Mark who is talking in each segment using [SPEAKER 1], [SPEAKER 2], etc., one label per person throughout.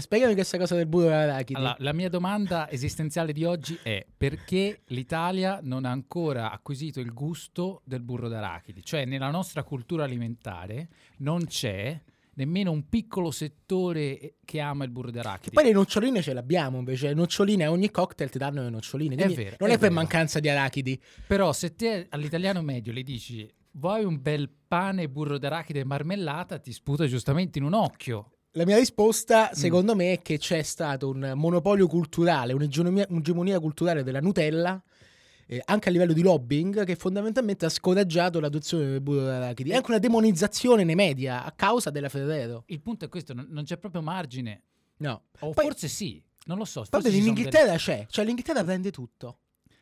[SPEAKER 1] Spiegami questa cosa del burro d'arachidi.
[SPEAKER 2] Allora, la mia domanda esistenziale di oggi è perché l'Italia non ha ancora acquisito il gusto del burro d'arachidi? Cioè, nella nostra cultura alimentare non c'è nemmeno un piccolo settore eh, che ama il burro d'arachidi.
[SPEAKER 1] Poi le noccioline ce l'abbiamo invece, le noccioline, ogni cocktail ti danno le noccioline.
[SPEAKER 2] È
[SPEAKER 1] quindi
[SPEAKER 2] vero,
[SPEAKER 1] Non
[SPEAKER 2] è
[SPEAKER 1] è, per
[SPEAKER 2] vero.
[SPEAKER 1] mancanza di arachidi.
[SPEAKER 2] Però se te all'italiano medio le dici vuoi un bel pane, burro d'arachidi e marmellata, ti sputa giustamente in un occhio.
[SPEAKER 1] La mia risposta,
[SPEAKER 2] Mm.
[SPEAKER 1] secondo me, è che c'è stato un monopolio culturale, un'egemonia, un'egemonia culturale della Nutella, eh, anche a livello di lobbying, che fondamentalmente ha scoraggiato l'adozione del burro d'arachidi. È anche una demonizzazione nei media a causa della Ferrero.
[SPEAKER 2] Il punto è questo, non, non c'è proprio margine.
[SPEAKER 1] No.
[SPEAKER 2] O
[SPEAKER 1] Poi-
[SPEAKER 2] forse sì, non lo so.
[SPEAKER 1] Proprio
[SPEAKER 2] forse
[SPEAKER 1] in
[SPEAKER 2] ci sono delle-
[SPEAKER 1] Inghilterra c'è, cioè l'Inghilterra prende tutto,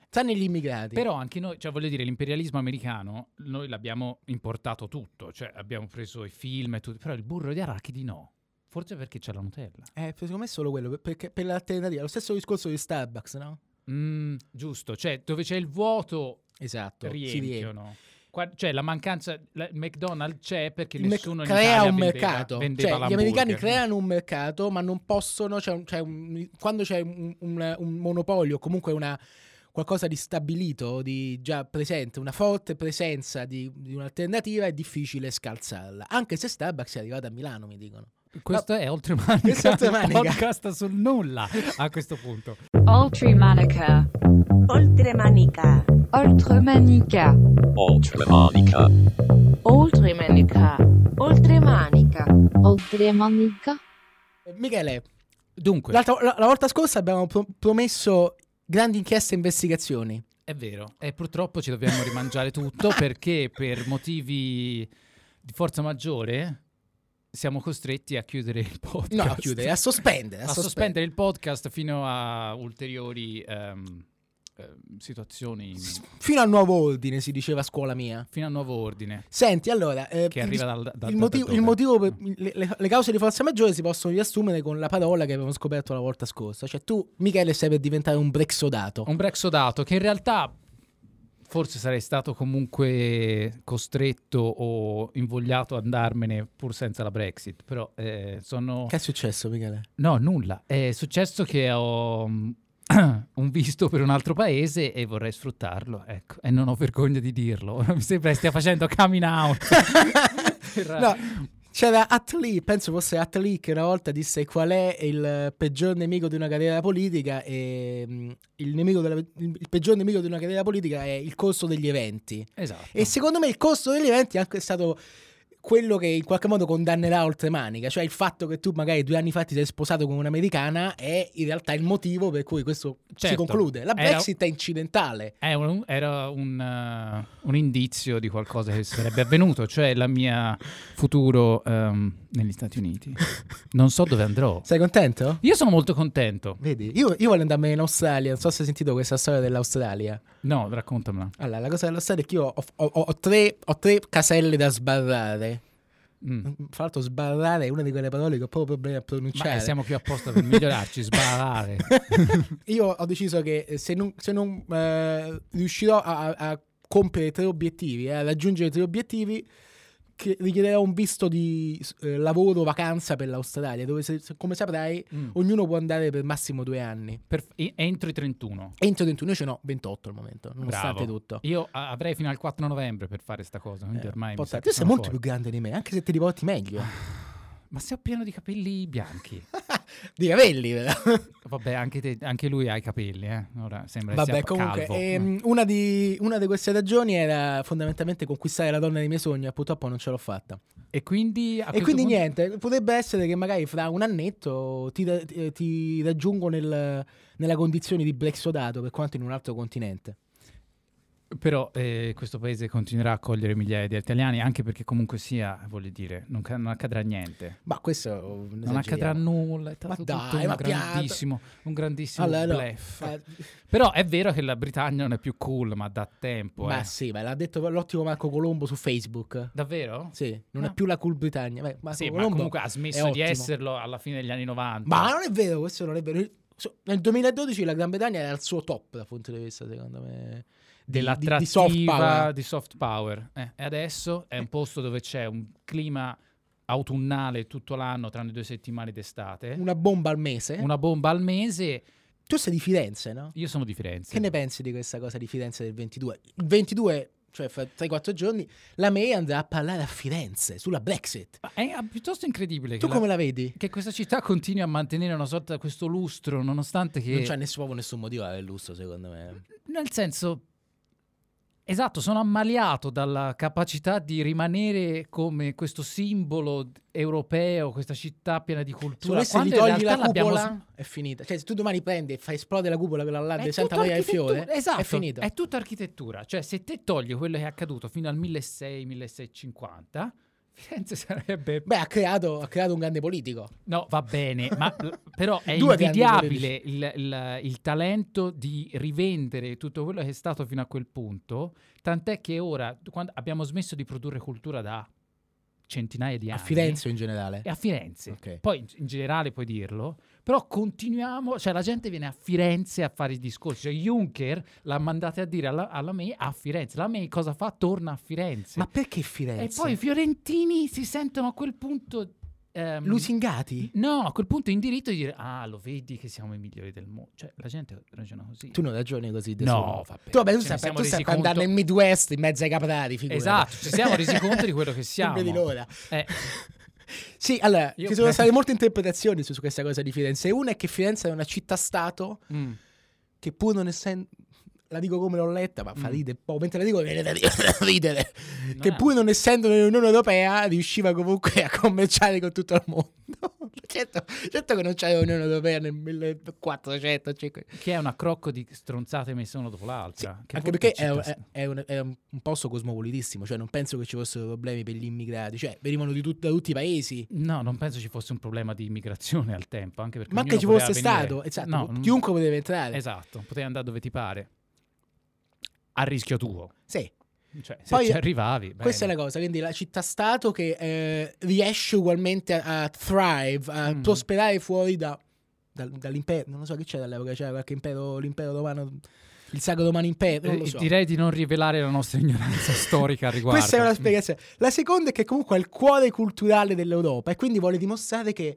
[SPEAKER 1] tranne gli immigrati.
[SPEAKER 2] Però anche noi, cioè voglio dire, l'imperialismo americano noi l'abbiamo importato tutto, cioè abbiamo preso i film e tutto, però il burro di arachidi no. Forse perché c'è la Nutella.
[SPEAKER 1] Eh, secondo me è solo quello, per- perché per l'alternativa, lo stesso discorso di Starbucks, no?
[SPEAKER 2] Mm, giusto, cioè dove c'è il vuoto
[SPEAKER 1] Esatto, si riempie.
[SPEAKER 2] riempiono. Qua- cioè la mancanza, la- il McDonald's c'è perché
[SPEAKER 1] Il merc-
[SPEAKER 2] nessuno in
[SPEAKER 1] crea
[SPEAKER 2] Italia
[SPEAKER 1] un
[SPEAKER 2] vendeva-
[SPEAKER 1] mercato, cioè
[SPEAKER 2] vendeva
[SPEAKER 1] gli
[SPEAKER 2] l'hamburger.
[SPEAKER 1] americani creano un mercato ma non possono, c'è un- c'è un- quando c'è un, un- un monopolio, comunque una, qualcosa di stabilito, di già presente, una forte presenza di, di un'alternativa è difficile scalzarla, anche se Starbucks è arrivata a Milano mi dicono.
[SPEAKER 2] Questo è Oltremanica,
[SPEAKER 1] Questo è
[SPEAKER 2] il
[SPEAKER 1] Oltremanica.
[SPEAKER 2] podcast sul nulla a questo punto.
[SPEAKER 3] Ultramanica.
[SPEAKER 4] Oltremanica.
[SPEAKER 3] Ultramanica.
[SPEAKER 5] Ultramanica.
[SPEAKER 3] Ultramanica.
[SPEAKER 4] Oltremanica.
[SPEAKER 3] Ultramanica.
[SPEAKER 1] Eh, Michele,
[SPEAKER 2] Dunque,
[SPEAKER 1] l'altra- la, la volta scorsa abbiamo pro- promesso grandi inchieste e investigazioni.
[SPEAKER 2] È vero, e purtroppo ci dobbiamo rimangiare tutto perché per motivi di forza maggiore siamo costretti a chiudere il podcast.
[SPEAKER 1] No, a chiudere, a sospendere, a,
[SPEAKER 2] A
[SPEAKER 1] sospendere.
[SPEAKER 2] sospendere il podcast fino a ulteriori ehm, ehm, situazioni,
[SPEAKER 1] S- Fino al nuovo ordine, si diceva a scuola mia.
[SPEAKER 2] fino a nuovo ordine.
[SPEAKER 1] Senti, allora, eh,
[SPEAKER 2] Che
[SPEAKER 1] il
[SPEAKER 2] arriva
[SPEAKER 1] dis-
[SPEAKER 2] dal, dal- dal-
[SPEAKER 1] il motivo,
[SPEAKER 2] dal-
[SPEAKER 1] il motivo per- le, le- le cause di forza maggiore si possono riassumere con la parola che abbiamo scoperto la volta scorsa. Cioè, tu, Michele, stai per diventare un brexodato.
[SPEAKER 2] Un brexodato che in realtà forse sarei stato comunque costretto o invogliato ad andarmene pur senza la Brexit, però eh, sono...
[SPEAKER 1] Che è successo, Michele?
[SPEAKER 2] No, nulla. È successo che ho mm, un visto per un altro paese e vorrei sfruttarlo, ecco, e non ho vergogna di dirlo. Mi sembra che stia facendo coming out. Per-
[SPEAKER 1] no, c'era Atlee, penso fosse Atlee che una volta disse qual è il peggior nemico di una carriera politica e mm, il, nemico della- il peggior nemico di una carriera politica è il corso degli eventi.
[SPEAKER 2] Esatto.
[SPEAKER 1] E secondo me il costo degli eventi è anche stato quello che in qualche modo condannerà oltremanica, cioè il fatto che tu magari due anni fa ti sei sposato con un'americana è in realtà il motivo per cui questo si
[SPEAKER 2] Certo.
[SPEAKER 1] conclude. La
[SPEAKER 2] Era-
[SPEAKER 1] Brexit è incidentale.
[SPEAKER 2] È un- era un, eh, un indizio di qualcosa che sarebbe avvenuto, cioè la mia futuro ehm, negli Stati Uniti. Non so dove andrò.
[SPEAKER 1] Sei contento?
[SPEAKER 2] Io sono molto contento.
[SPEAKER 1] Vedi, io, io voglio andarmene in Australia, non so se hai sentito questa storia dell'Australia.
[SPEAKER 2] No, raccontamela.
[SPEAKER 1] Allora, la cosa dell'Australia è che io ho, ho- ho tre, ho tre caselle da sbarrare.
[SPEAKER 2] Mm.
[SPEAKER 1] Fra l'altro sbarrare è una di quelle parole che ho proprio problemi a pronunciare.
[SPEAKER 2] Ma eh, siamo qui apposta per migliorarci, sbarare.
[SPEAKER 1] Io ho deciso che eh, se non, se non, eh, riuscirò a, a- a compiere tre obiettivi, eh, a raggiungere tre obiettivi, che richiederò un visto di eh, lavoro, vacanza per l'Australia, dove se- se- come saprai
[SPEAKER 2] Mm.
[SPEAKER 1] ognuno può andare per massimo due anni.
[SPEAKER 2] Per- e- entro i 31.
[SPEAKER 1] Entro 31, io ce n'ho 28 al momento, nonostante
[SPEAKER 2] Bravo.
[SPEAKER 1] tutto.
[SPEAKER 2] Io a- avrei fino al 4 novembre per fare sta cosa, quindi ormai mi
[SPEAKER 1] Porca,
[SPEAKER 2] sa che
[SPEAKER 1] tu sei
[SPEAKER 2] sono
[SPEAKER 1] molto più
[SPEAKER 2] fuori.
[SPEAKER 1] grande di me, anche se ti riporti meglio.
[SPEAKER 2] Ma sei pieno di capelli bianchi.
[SPEAKER 1] di capelli, però.
[SPEAKER 2] Vabbè, anche, te- anche lui ha i capelli, eh. Ora sembra che
[SPEAKER 1] Vabbè,
[SPEAKER 2] sia
[SPEAKER 1] comunque,
[SPEAKER 2] calvo.
[SPEAKER 1] ehm, una, di, una di queste ragioni era fondamentalmente conquistare la donna dei miei sogni, e purtroppo non ce l'ho fatta.
[SPEAKER 2] e quindi, a
[SPEAKER 1] E
[SPEAKER 2] questo
[SPEAKER 1] quindi
[SPEAKER 2] punto-
[SPEAKER 1] niente, potrebbe essere che magari fra un annetto ti, ra- eh, ti raggiungo nel- nella condizione di brexodato per quanto in un altro continente.
[SPEAKER 2] Però eh, questo paese continuerà a accogliere migliaia di italiani, anche perché comunque sia, voglio dire, non, ca- non accadrà niente.
[SPEAKER 1] Ma questo non
[SPEAKER 2] Non accadrà nulla, è stato tutto
[SPEAKER 1] dai,
[SPEAKER 2] un
[SPEAKER 1] ma piano.
[SPEAKER 2] grandissimo, un grandissimo bluff.
[SPEAKER 1] ma,
[SPEAKER 2] Però è vero che la Britannia non è più cool, ma da tempo,
[SPEAKER 1] ma
[SPEAKER 2] eh.
[SPEAKER 1] sì, ma l'ha detto l'ottimo Marco Colombo su Facebook.
[SPEAKER 2] Davvero?
[SPEAKER 1] Sì, non
[SPEAKER 2] Ah.
[SPEAKER 1] è più la cool Britannia. Beh, Marco
[SPEAKER 2] Sì, ma
[SPEAKER 1] Colombo
[SPEAKER 2] comunque ha smesso di
[SPEAKER 1] ottimo.
[SPEAKER 2] esserlo alla fine degli anni 90.
[SPEAKER 1] Ma non è vero, questo non è vero. So- Nel 2012 la Gran Bretagna era al suo top dal punto di vista, secondo me, di, di-
[SPEAKER 2] dell'attrattiva
[SPEAKER 1] di soft power.
[SPEAKER 2] di soft power. Eh, e adesso è un posto dove c'è un clima autunnale tutto l'anno, tranne due settimane d'estate,
[SPEAKER 1] Una bomba al mese.
[SPEAKER 2] cioè. una bomba al mese.
[SPEAKER 1] Tu sei di Firenze, no?
[SPEAKER 2] Io sono di Firenze.
[SPEAKER 1] Che ne pensi di questa cosa di Firenze del 22? Il 22, cioè fra 3-4 giorni, la May andrà a parlare a Firenze sulla Brexit.
[SPEAKER 2] Ma È ah, piuttosto incredibile
[SPEAKER 1] Tu
[SPEAKER 2] che,
[SPEAKER 1] come la vedi?
[SPEAKER 2] che questa città continui a mantenere una sorta questo lustro, nonostante che...
[SPEAKER 1] Non c'è nessun, proprio nessun motivo per lustro, secondo me.
[SPEAKER 2] Nel senso, esatto, sono ammaliato dalla capacità di rimanere come questo simbolo europeo, questa città piena di
[SPEAKER 1] Tu
[SPEAKER 2] cultura.
[SPEAKER 1] adesso gli
[SPEAKER 2] quando in
[SPEAKER 1] togli
[SPEAKER 2] realtà
[SPEAKER 1] la
[SPEAKER 2] l'abbiamo
[SPEAKER 1] cupola,
[SPEAKER 2] sm-
[SPEAKER 1] è finita. Cioè, se tu domani prendi e fai esplodere la cupola per la
[SPEAKER 2] È
[SPEAKER 1] di Santa
[SPEAKER 2] tutto
[SPEAKER 1] Maria del
[SPEAKER 2] architettura,
[SPEAKER 1] Fiore,
[SPEAKER 2] esatto,
[SPEAKER 1] è finito.
[SPEAKER 2] È tutta architettura. Cioè, se te togli quello che è accaduto fino al 1600-1650, Firenze sarebbe...
[SPEAKER 1] Beh, ha creato, ha creato un grande politico.
[SPEAKER 2] No, va bene, ma l- però è
[SPEAKER 1] Due grandi
[SPEAKER 2] invidiabile il, il- il talento di rivendere tutto quello che è stato fino a quel punto, tant'è che ora quando abbiamo smesso di produrre cultura da centinaia di
[SPEAKER 1] A
[SPEAKER 2] anni.
[SPEAKER 1] Firenze in generale.
[SPEAKER 2] E a Firenze.
[SPEAKER 1] Ok.
[SPEAKER 2] Poi in, in generale puoi dirlo, però continuiamo, cioè la gente viene a Firenze a fare i discorsi, cioè Juncker l'ha mandata a dire alla, alla May a Firenze, la May cosa fa? Torna a Firenze.
[SPEAKER 1] Ma perché
[SPEAKER 2] e
[SPEAKER 1] Firenze?
[SPEAKER 2] poi i fiorentini si sentono a quel punto... ehm,
[SPEAKER 1] Lusingati?
[SPEAKER 2] No, a quel punto in diritto di dire, ah, lo vedi che siamo i migliori del mondo. Cioè, la gente ragiona così.
[SPEAKER 1] Tu non ragioni così da
[SPEAKER 2] No,
[SPEAKER 1] solo.
[SPEAKER 2] vabbè,
[SPEAKER 1] Tu, vabbè, tu
[SPEAKER 2] ce
[SPEAKER 1] stai,
[SPEAKER 2] ne siamo
[SPEAKER 1] tu
[SPEAKER 2] resi
[SPEAKER 1] stai per
[SPEAKER 2] conto.
[SPEAKER 1] andare nel Midwest in mezzo ai caprati, figurati.
[SPEAKER 2] Esatto, ci siamo resi conto di quello che siamo.
[SPEAKER 1] Non vedi l'ora.
[SPEAKER 2] Eh,
[SPEAKER 1] Sì, allora,
[SPEAKER 2] Io-
[SPEAKER 1] ci sono state molte interpretazioni su, su questa cosa di Firenze. Una è che Firenze è una città-stato
[SPEAKER 2] mm.
[SPEAKER 1] che pur non essendo... La dico come l'ho letta, ma fa
[SPEAKER 2] Mm.
[SPEAKER 1] ridere un po'. Mentre la dico viene da ridere.
[SPEAKER 2] No,
[SPEAKER 1] Che
[SPEAKER 2] no.
[SPEAKER 1] pur non essendo nell'Unione Europea riusciva comunque a commerciare con tutto il mondo. Certo, certo che non c'era l'Unione Europea nel 1400. cinque-
[SPEAKER 2] Che è un accrocco di stronzate messe una dopo l'altra. Che
[SPEAKER 1] Anche
[SPEAKER 2] poi
[SPEAKER 1] perché
[SPEAKER 2] ci
[SPEAKER 1] è, un-
[SPEAKER 2] passa-
[SPEAKER 1] è un, è un- un posto cosmopolitissimo, cioè non penso che ci fossero problemi per gli immigrati, cioè venivano di tut- da tutti i paesi.
[SPEAKER 2] No, non penso ci fosse un problema di immigrazione al tempo, anche perché
[SPEAKER 1] Ma anche ci
[SPEAKER 2] ognuno
[SPEAKER 1] fosse
[SPEAKER 2] poteva venire.
[SPEAKER 1] stato, esatto,
[SPEAKER 2] No, non-
[SPEAKER 1] chiunque poteva entrare.
[SPEAKER 2] Esatto, potevi andare dove ti pare. A rischio tuo.
[SPEAKER 1] Sì.
[SPEAKER 2] Cioè, se
[SPEAKER 1] Poi-
[SPEAKER 2] ci arrivavi, bene.
[SPEAKER 1] Questa è la cosa, quindi la città-stato che eh, riesce ugualmente a, a thrive, a
[SPEAKER 2] Mm.
[SPEAKER 1] prosperare fuori da- dal- dall'impero, non lo so che c'era all'epoca, c'era qualche impero, l'impero romano, il Sacro Romano Impero, non lo
[SPEAKER 2] Eh,
[SPEAKER 1] so.
[SPEAKER 2] Direi di non rivelare la nostra ignoranza storica a riguardo.
[SPEAKER 1] Questa è una
[SPEAKER 2] Mm.
[SPEAKER 1] spiegazione. La seconda è che comunque è il cuore culturale dell'Europa e quindi vuole dimostrare che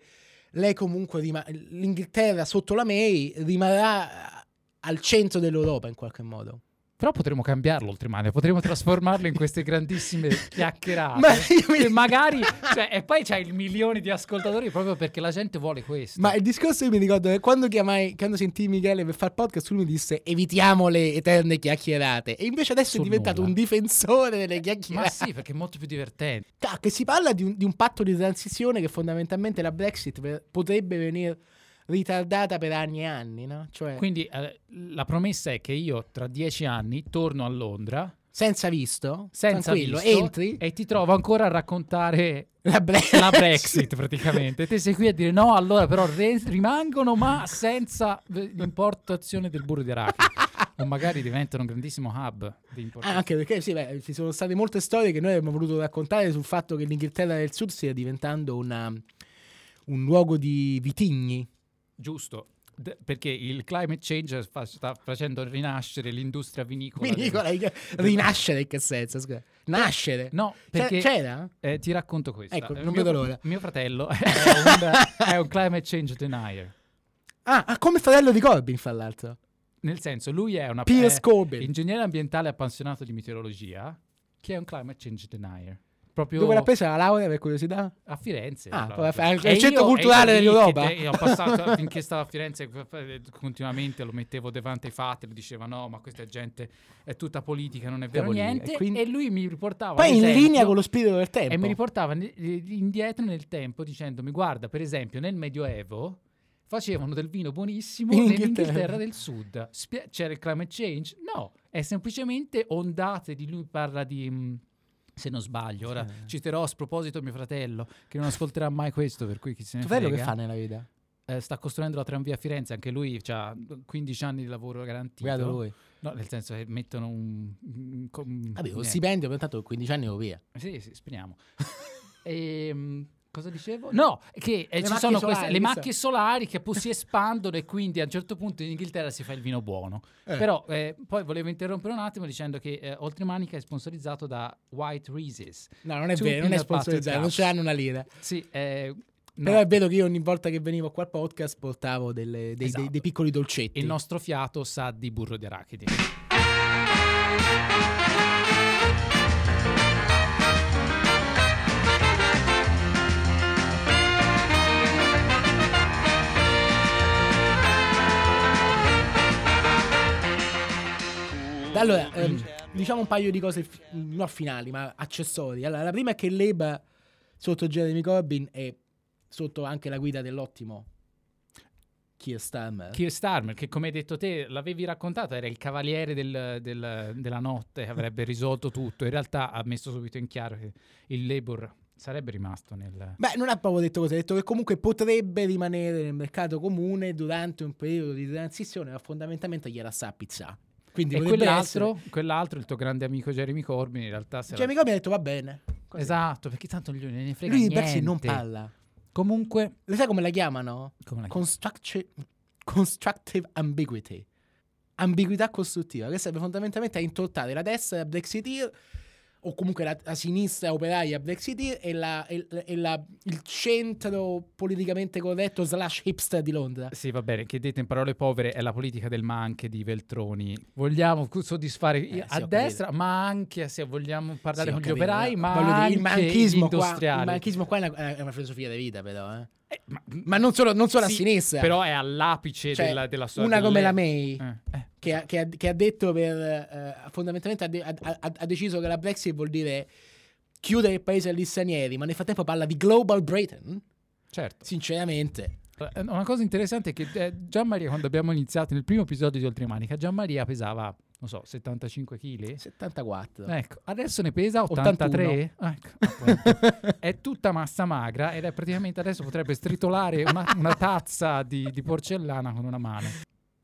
[SPEAKER 1] lei comunque rima- l'Inghilterra sotto la May rimarrà al centro dell'Europa in qualche modo.
[SPEAKER 2] Però potremmo cambiarlo oltremare, potremmo trasformarlo in queste grandissime chiacchierate.
[SPEAKER 1] Ma io mi-
[SPEAKER 2] che magari, cioè, e poi c'è il milione di ascoltatori proprio perché la gente vuole questo.
[SPEAKER 1] Ma il discorso io mi ricordo che quando chiamai, quando sentii Michele per fare podcast, lui mi disse evitiamo le eterne chiacchierate. E invece adesso
[SPEAKER 2] Sul
[SPEAKER 1] è diventato
[SPEAKER 2] nulla. Eh,
[SPEAKER 1] un difensore delle
[SPEAKER 2] Ma
[SPEAKER 1] chiacchierate.
[SPEAKER 2] sì, perché è molto più divertente.
[SPEAKER 1] Ah, Che si parla di un, di un patto di transizione che fondamentalmente la Brexit per- potrebbe venire ritardata per anni e anni, no? Cioè,
[SPEAKER 2] Quindi eh, la promessa è che io tra dieci anni torno a Londra
[SPEAKER 1] senza visto,
[SPEAKER 2] senza
[SPEAKER 1] tranquillo,
[SPEAKER 2] visto
[SPEAKER 1] entri,
[SPEAKER 2] e ti trovo ancora a raccontare
[SPEAKER 1] la, Brexit.
[SPEAKER 2] la Brexit praticamente. Te sei qui a dire no, allora però re- rimangono ma senza eh, l'importazione del burro di arachidi. o magari diventano un grandissimo hub di
[SPEAKER 1] Ah,
[SPEAKER 2] importazione.
[SPEAKER 1] anche perché sì, beh, ci sono state molte storie che noi abbiamo voluto raccontare sul fatto che l'Inghilterra del Sud stia diventando una- un luogo di vitigni.
[SPEAKER 2] Giusto. D- perché il climate change fa- sta facendo rinascere l'industria vinicola. del-
[SPEAKER 1] Quindi Nicola, rinascere in che senso? scusa? Nascere. eh.
[SPEAKER 2] No,
[SPEAKER 1] C'è-
[SPEAKER 2] perché
[SPEAKER 1] C'era?
[SPEAKER 2] eh, ti racconto questo.
[SPEAKER 1] Ecco, non vedo l'ora.
[SPEAKER 2] Mio fratello è un, è un climate change denier.
[SPEAKER 1] Ah, ah, come fratello di Corbyn, fra l'altro.
[SPEAKER 2] Nel senso, lui è una
[SPEAKER 1] Piers
[SPEAKER 2] è
[SPEAKER 1] Corbyn.
[SPEAKER 2] ingegnere ambientale appassionato di meteorologia che è un climate change denier. Proprio
[SPEAKER 1] Dove l'ha presa la laurea, per curiosità?
[SPEAKER 2] a Firenze.
[SPEAKER 1] Ah,
[SPEAKER 2] tra
[SPEAKER 1] vabbè,
[SPEAKER 2] l'altro.
[SPEAKER 1] al-
[SPEAKER 2] E
[SPEAKER 1] al centro
[SPEAKER 2] io-
[SPEAKER 1] culturale
[SPEAKER 2] e io lì
[SPEAKER 1] dell'Europa.
[SPEAKER 2] che- e Ho passato finché stavo a Firenze eh, continuamente, lo mettevo davanti ai fatti, lo diceva no, ma questa gente è tutta politica, non è vero
[SPEAKER 1] politica,
[SPEAKER 2] niente.
[SPEAKER 1] e quindi-
[SPEAKER 2] E lui mi riportava...
[SPEAKER 1] Poi
[SPEAKER 2] ad
[SPEAKER 1] in
[SPEAKER 2] esempio-
[SPEAKER 1] linea con lo spirito del tempo.
[SPEAKER 2] E mi riportava ne- indietro nel tempo dicendomi guarda, per esempio nel Medioevo facevano del vino buonissimo
[SPEAKER 1] In Inghilterra.
[SPEAKER 2] nell'Inghilterra del Sud. Spie- c'era il climate change? No, è semplicemente ondate di lui parla di... mh, se non sbaglio, ora
[SPEAKER 1] Sì.
[SPEAKER 2] citerò a sproposito mio fratello, che non ascolterà mai questo, per cui chi se ne
[SPEAKER 1] Tuo fratello che
[SPEAKER 2] frega.
[SPEAKER 1] fa nella vita?
[SPEAKER 2] Eh, sta costruendo la tranvia a Firenze, anche lui ha 15 anni di lavoro garantito.
[SPEAKER 1] Beato lui.
[SPEAKER 2] No, nel senso che mettono un... un- eh. com-
[SPEAKER 1] Vabbè, lo
[SPEAKER 2] niente.
[SPEAKER 1] stipendio, però intanto con 15 anni lo via.
[SPEAKER 2] Sì, sì, speriamo. Ehm, Cosa dicevo? No, che eh,
[SPEAKER 1] Le
[SPEAKER 2] ci
[SPEAKER 1] macchie
[SPEAKER 2] sono
[SPEAKER 1] solari,
[SPEAKER 2] queste, le
[SPEAKER 1] questa-
[SPEAKER 2] macchie solari che poi si espandono e quindi a un certo punto in Inghilterra si fa il vino buono.
[SPEAKER 1] Eh.
[SPEAKER 2] Però eh, poi volevo interrompere un attimo dicendo che eh, Oltremanica è sponsorizzato da White Reeses.
[SPEAKER 1] No, non è
[SPEAKER 2] Two
[SPEAKER 1] vero, non è
[SPEAKER 2] peanut butter
[SPEAKER 1] sponsorizzato, non
[SPEAKER 2] cups.
[SPEAKER 1] ce l'hanno una lira.
[SPEAKER 2] Sì, eh, no,
[SPEAKER 1] Però è vero che io ogni volta che venivo qua al podcast portavo delle- dei,
[SPEAKER 2] Esatto.
[SPEAKER 1] dei- dei piccoli dolcetti.
[SPEAKER 2] il nostro fiato sa di burro di arachidi.
[SPEAKER 1] Eh. Allora, ehm, diciamo un paio di cose, fi- non finali, ma accessori. Allora, la prima è che l'EBA sotto Jeremy Corbyn e sotto anche la guida dell'ottimo Keir Starmer.
[SPEAKER 2] Keir Starmer, che come hai detto te, l'avevi raccontato, era il cavaliere del- del- della notte, avrebbe risolto tutto. In realtà ha messo subito in chiaro che il Labour sarebbe rimasto nel...
[SPEAKER 1] Beh, non ha proprio detto cosa, ha detto che comunque potrebbe rimanere nel mercato comune durante un periodo di transizione, ma fondamentalmente gliela sa a pizza. Quindi
[SPEAKER 2] E
[SPEAKER 1] potrebbe
[SPEAKER 2] quell'altro, quell'altro, il tuo grande amico Jeremy Corbyn, in realtà... se
[SPEAKER 1] essere- Jeremy Cioè,
[SPEAKER 2] la-
[SPEAKER 1] Corbyn ha detto va bene. Così.
[SPEAKER 2] Esatto, perché tanto non gliene ne frega
[SPEAKER 1] Lui di
[SPEAKER 2] niente.
[SPEAKER 1] Brexit non parla.
[SPEAKER 2] Comunque...
[SPEAKER 1] Le sai come la chiamano?
[SPEAKER 2] come la
[SPEAKER 1] Constructi- constructive ambiguity. Ambiguità costruttiva, che serve fondamentalmente a intortare la destra Brexiteer o comunque la, la sinistra operaia Brexiteer e, la- e- e la- il centro politicamente corretto slash hipster di Londra.
[SPEAKER 2] Sì, va bene, che detta in parole povere è la politica del ma anche di Veltroni. Vogliamo cu- soddisfare i-
[SPEAKER 1] Eh, sì, ho
[SPEAKER 2] a
[SPEAKER 1] capito.
[SPEAKER 2] destra, ma anche se vogliamo parlare
[SPEAKER 1] Sì,
[SPEAKER 2] con
[SPEAKER 1] ho
[SPEAKER 2] gli
[SPEAKER 1] capito,
[SPEAKER 2] operai,
[SPEAKER 1] no.
[SPEAKER 2] ma
[SPEAKER 1] Voglio dire,
[SPEAKER 2] anche
[SPEAKER 1] il manchismo
[SPEAKER 2] gli
[SPEAKER 1] qua,
[SPEAKER 2] industriali.
[SPEAKER 1] il manchismo qua è una, è una filosofia di vita, però. eh.
[SPEAKER 2] Eh, ma,
[SPEAKER 1] Ma non solo, non solo
[SPEAKER 2] sì,
[SPEAKER 1] a sinistra.
[SPEAKER 2] Però eh. è all'apice
[SPEAKER 1] Cioè,
[SPEAKER 2] della, della sua
[SPEAKER 1] una come la
[SPEAKER 2] me
[SPEAKER 1] May, che, ha- che ha, che ha detto per eh, fondamentalmente ha, de- ha- ha- ha deciso che la Brexit vuol dire chiudere il paese agli stranieri, ma nel frattempo parla di Global Britain.
[SPEAKER 2] certo.
[SPEAKER 1] Sinceramente,
[SPEAKER 2] Eh, Una cosa interessante è che eh, Gianmaria, quando abbiamo iniziato nel primo episodio di Oltremanica, Gianmaria pesava, non so, 75 kg?
[SPEAKER 1] 74.
[SPEAKER 2] Ecco, adesso ne pesa
[SPEAKER 1] 81.
[SPEAKER 2] 83. Ah, Ecco, appunto. è tutta massa magra ed è praticamente adesso potrebbe stritolare una, una tazza di, di porcellana con una mano.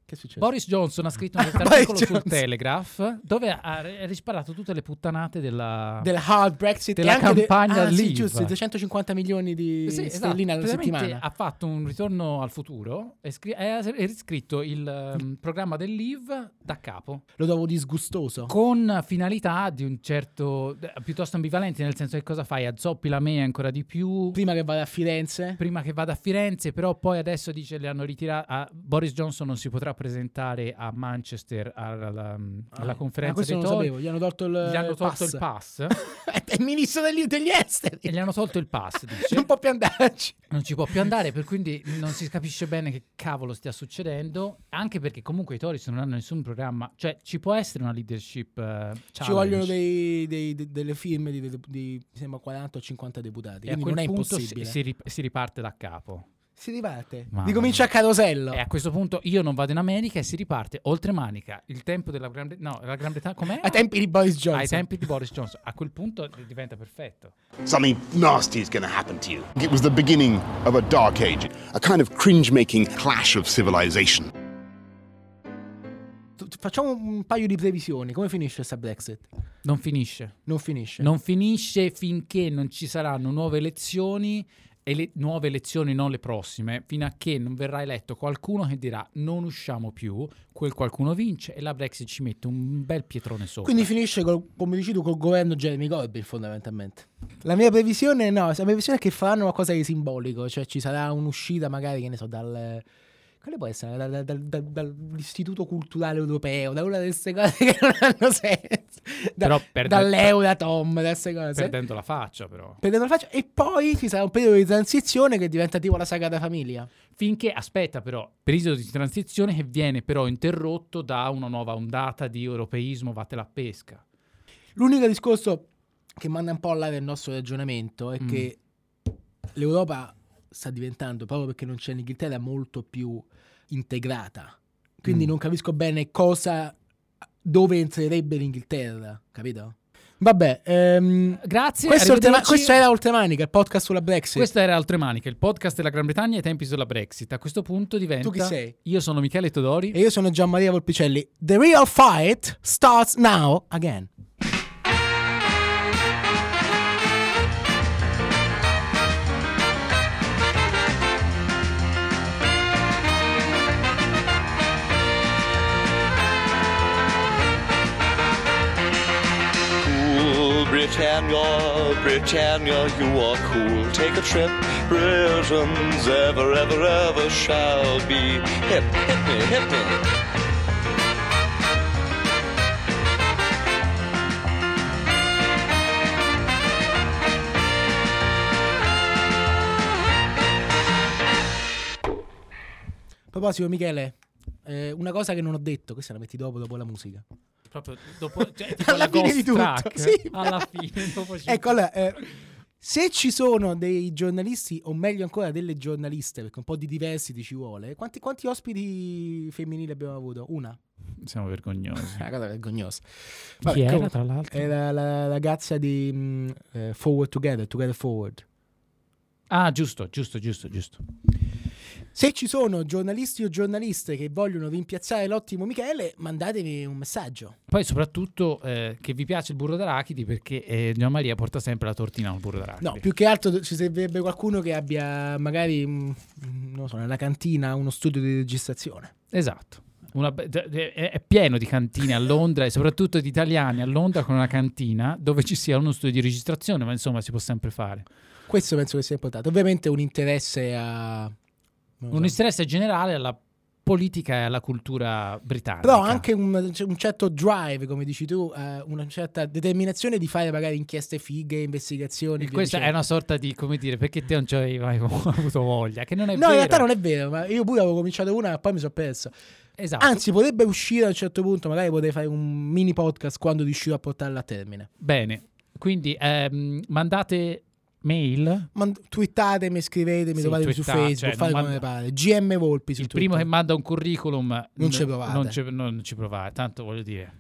[SPEAKER 1] Che succede?
[SPEAKER 2] Boris Johnson ha scritto un
[SPEAKER 1] Boris
[SPEAKER 2] articolo sul
[SPEAKER 1] Johnson.
[SPEAKER 2] Telegraph dove ha ha risparato tutte le puttanate della...
[SPEAKER 1] della Ah. hard Brexit
[SPEAKER 2] della
[SPEAKER 1] e anche de-
[SPEAKER 2] campagna
[SPEAKER 1] ah, sì,
[SPEAKER 2] Leave.
[SPEAKER 1] giusto, 250 milioni di
[SPEAKER 2] Sì, esatto,
[SPEAKER 1] sterline alla
[SPEAKER 2] praticamente
[SPEAKER 1] settimana.
[SPEAKER 2] ha fatto un ritorno al futuro e scri- e ha e riscritto il ehm, programma del Live da capo.
[SPEAKER 1] Lo trovo disgustoso.
[SPEAKER 2] con finalità di un certo eh, piuttosto ambivalenti nel senso che cosa fai azzoppi la mea ancora di più
[SPEAKER 1] Prima che vada a Firenze,
[SPEAKER 2] prima che vada a Firenze però poi adesso dice le hanno ritirato Boris Johnson non si potrà presentare a Manchester alla, alla- mm, alla
[SPEAKER 1] Ah,
[SPEAKER 2] conferenza
[SPEAKER 1] questo
[SPEAKER 2] dei
[SPEAKER 1] non lo
[SPEAKER 2] Tory.
[SPEAKER 1] sapevo, gli hanno tolto il,
[SPEAKER 2] gli hanno tolto
[SPEAKER 1] pass.
[SPEAKER 2] il pass
[SPEAKER 1] è il ministro degli, degli esteri.
[SPEAKER 2] e gli hanno tolto il pass dice Mm,
[SPEAKER 1] Non può più andarci.
[SPEAKER 2] non ci può più andare, per quindi non si capisce bene che cavolo stia succedendo, anche perché comunque i Tories non hanno nessun programma, cioè ci può essere una leadership eh,
[SPEAKER 1] Ci
[SPEAKER 2] challenge.
[SPEAKER 1] vogliono dei, dei- de- delle firme di, di- di- mi sembra 40 o 50 deputati.
[SPEAKER 2] e a
[SPEAKER 1] Quindi
[SPEAKER 2] quel
[SPEAKER 1] non è
[SPEAKER 2] punto si-
[SPEAKER 1] impossibile.
[SPEAKER 2] si rip- si riparte da capo.
[SPEAKER 1] Si riparte.
[SPEAKER 2] Mamma Eh,
[SPEAKER 1] Ricomincia a carosello.
[SPEAKER 2] E a questo punto io non vado in America e si riparte oltre Manica. Il tempo della Gran Bretagna. No, la Gran Bretagna com'è?
[SPEAKER 1] Ai tempi di Boris Johnson.
[SPEAKER 2] Ai tempi di Boris Johnson. A quel punto diventa perfetto.
[SPEAKER 6] Something nasty is going to happen to you. It was the beginning of a dark age, a kind of cringe making clash of civilization.
[SPEAKER 1] Tu- tu- Facciamo un paio di previsioni. Come finisce questa Brexit?
[SPEAKER 2] Non finisce.
[SPEAKER 1] Non finisce.
[SPEAKER 2] Non finisce finché non ci saranno nuove elezioni. E le nuove elezioni, non le prossime, fino a che non verrà eletto qualcuno che dirà non usciamo più, quel qualcuno vince e la Brexit ci mette un bel pietrone sopra.
[SPEAKER 1] Quindi finisce, col- come dici tu, col governo Jeremy Corbyn fondamentalmente. La mia previsione, no, la mia previsione è che faranno qualcosa di simbolico, cioè ci sarà un'uscita magari, che ne so, dal... Quale può essere? Dal- dal- dal- dal- dall'Istituto Culturale Europeo, da una di queste cose che non hanno senso. Da-
[SPEAKER 2] Però perde-
[SPEAKER 1] Dall'Euratom, da queste cose.
[SPEAKER 2] Perdendo la faccia però.
[SPEAKER 1] Perdendo la faccia. E poi ci sarà un periodo di transizione che diventa tipo la saga da famiglia.
[SPEAKER 2] Finché aspetta però, periodo di transizione che viene però interrotto da una nuova ondata di europeismo, vattela a pesca.
[SPEAKER 1] L'unico discorso che manda un po' all'aria il nostro ragionamento è
[SPEAKER 2] Mm.
[SPEAKER 1] che l'Europa sta diventando, proprio perché non c'è l'Inghilterra, molto più integrata. Quindi
[SPEAKER 2] Mm.
[SPEAKER 1] non capisco bene cosa, dove entrerebbe l'Inghilterra, capito? Vabbè, ehm,
[SPEAKER 2] Grazie,
[SPEAKER 1] questo, è Oltrema-
[SPEAKER 2] arrivederci.
[SPEAKER 1] questo era Oltremanica, il podcast sulla Brexit.
[SPEAKER 2] Questo era Altre Maniche, il podcast della Gran Bretagna ai tempi della Brexit. A questo punto diventa...
[SPEAKER 1] Tu chi sei?
[SPEAKER 2] Io sono Michele Todori.
[SPEAKER 1] E io sono Gianmaria Volpicelli. The real fight starts now again.
[SPEAKER 7] Britannia, Britannia, you are cool. Take a trip. Britain's ever, ever, ever shall be hip, hip me, hip me.
[SPEAKER 1] A proposito, Michele, eh, una cosa che non ho detto, questa la metti dopo, dopo la musica.
[SPEAKER 2] Proprio dopo, cioè, tipo la ghost track,
[SPEAKER 1] sì.
[SPEAKER 2] alla fine, dopo ci-
[SPEAKER 1] ecco, allora, eh, se ci sono dei giornalisti, o meglio ancora delle giornaliste, perché un po' di diversity ci vuole, quanti, quanti ospiti femminili abbiamo avuto? Una?
[SPEAKER 2] Siamo vergognosi.
[SPEAKER 1] Una cosa vergognosa.
[SPEAKER 2] Chi era,
[SPEAKER 1] comunque,
[SPEAKER 2] tra l'altro?
[SPEAKER 1] era la ragazza di mh, eh, Forward Together, Together Forward.
[SPEAKER 2] Ah, giusto, giusto, giusto, giusto.
[SPEAKER 1] Se ci sono giornalisti o giornaliste che vogliono rimpiazzare l'ottimo Michele, mandatemi un messaggio.
[SPEAKER 2] Poi soprattutto eh, che vi piace il burro d'arachidi perché eh, Gian Maria porta sempre la tortina al burro d'arachidi.
[SPEAKER 1] No, più che altro ci servirebbe qualcuno che abbia magari, mh, mh, non so, nella cantina uno studio di registrazione.
[SPEAKER 2] Esatto. Una be- d- d- è è pieno di cantine a Londra e soprattutto di italiani a Londra con una cantina dove ci sia uno studio di registrazione, ma insomma si può sempre fare.
[SPEAKER 1] Esatto. Questo penso che sia importante. Ovviamente un interesse a... non lo
[SPEAKER 2] Un
[SPEAKER 1] so.
[SPEAKER 2] interesse generale alla politica e alla cultura britannica.
[SPEAKER 1] Però anche un, un certo drive, come dici tu, eh, una certa determinazione di fare magari inchieste fighe, investigazioni. e
[SPEAKER 2] E
[SPEAKER 1] via
[SPEAKER 2] Questa è
[SPEAKER 1] dicendo.
[SPEAKER 2] una sorta di, come dire, perché te non ci avevi mai avuto voglia, che non è
[SPEAKER 1] No,
[SPEAKER 2] vero.
[SPEAKER 1] in realtà non è vero, ma io pure avevo cominciato una e poi mi sono perso.
[SPEAKER 2] Esatto.
[SPEAKER 1] Anzi, potrebbe uscire a un certo punto, magari potrei fare un mini podcast quando riuscirò a portarla a termine.
[SPEAKER 2] Bene, quindi ehm, mandate mail.
[SPEAKER 1] Ma twittatemi, scrivetemi,
[SPEAKER 2] Sì,
[SPEAKER 1] trovatemi su
[SPEAKER 2] twitta-
[SPEAKER 1] Facebook,
[SPEAKER 2] cioè, non
[SPEAKER 1] fate come
[SPEAKER 2] manda-
[SPEAKER 1] vi pare. GM Volpi su
[SPEAKER 2] Il
[SPEAKER 1] Twitter.
[SPEAKER 2] primo che manda un curriculum...
[SPEAKER 1] Non ci
[SPEAKER 2] n-
[SPEAKER 1] provate.
[SPEAKER 2] Non ci, non ci provate, tanto voglio dire...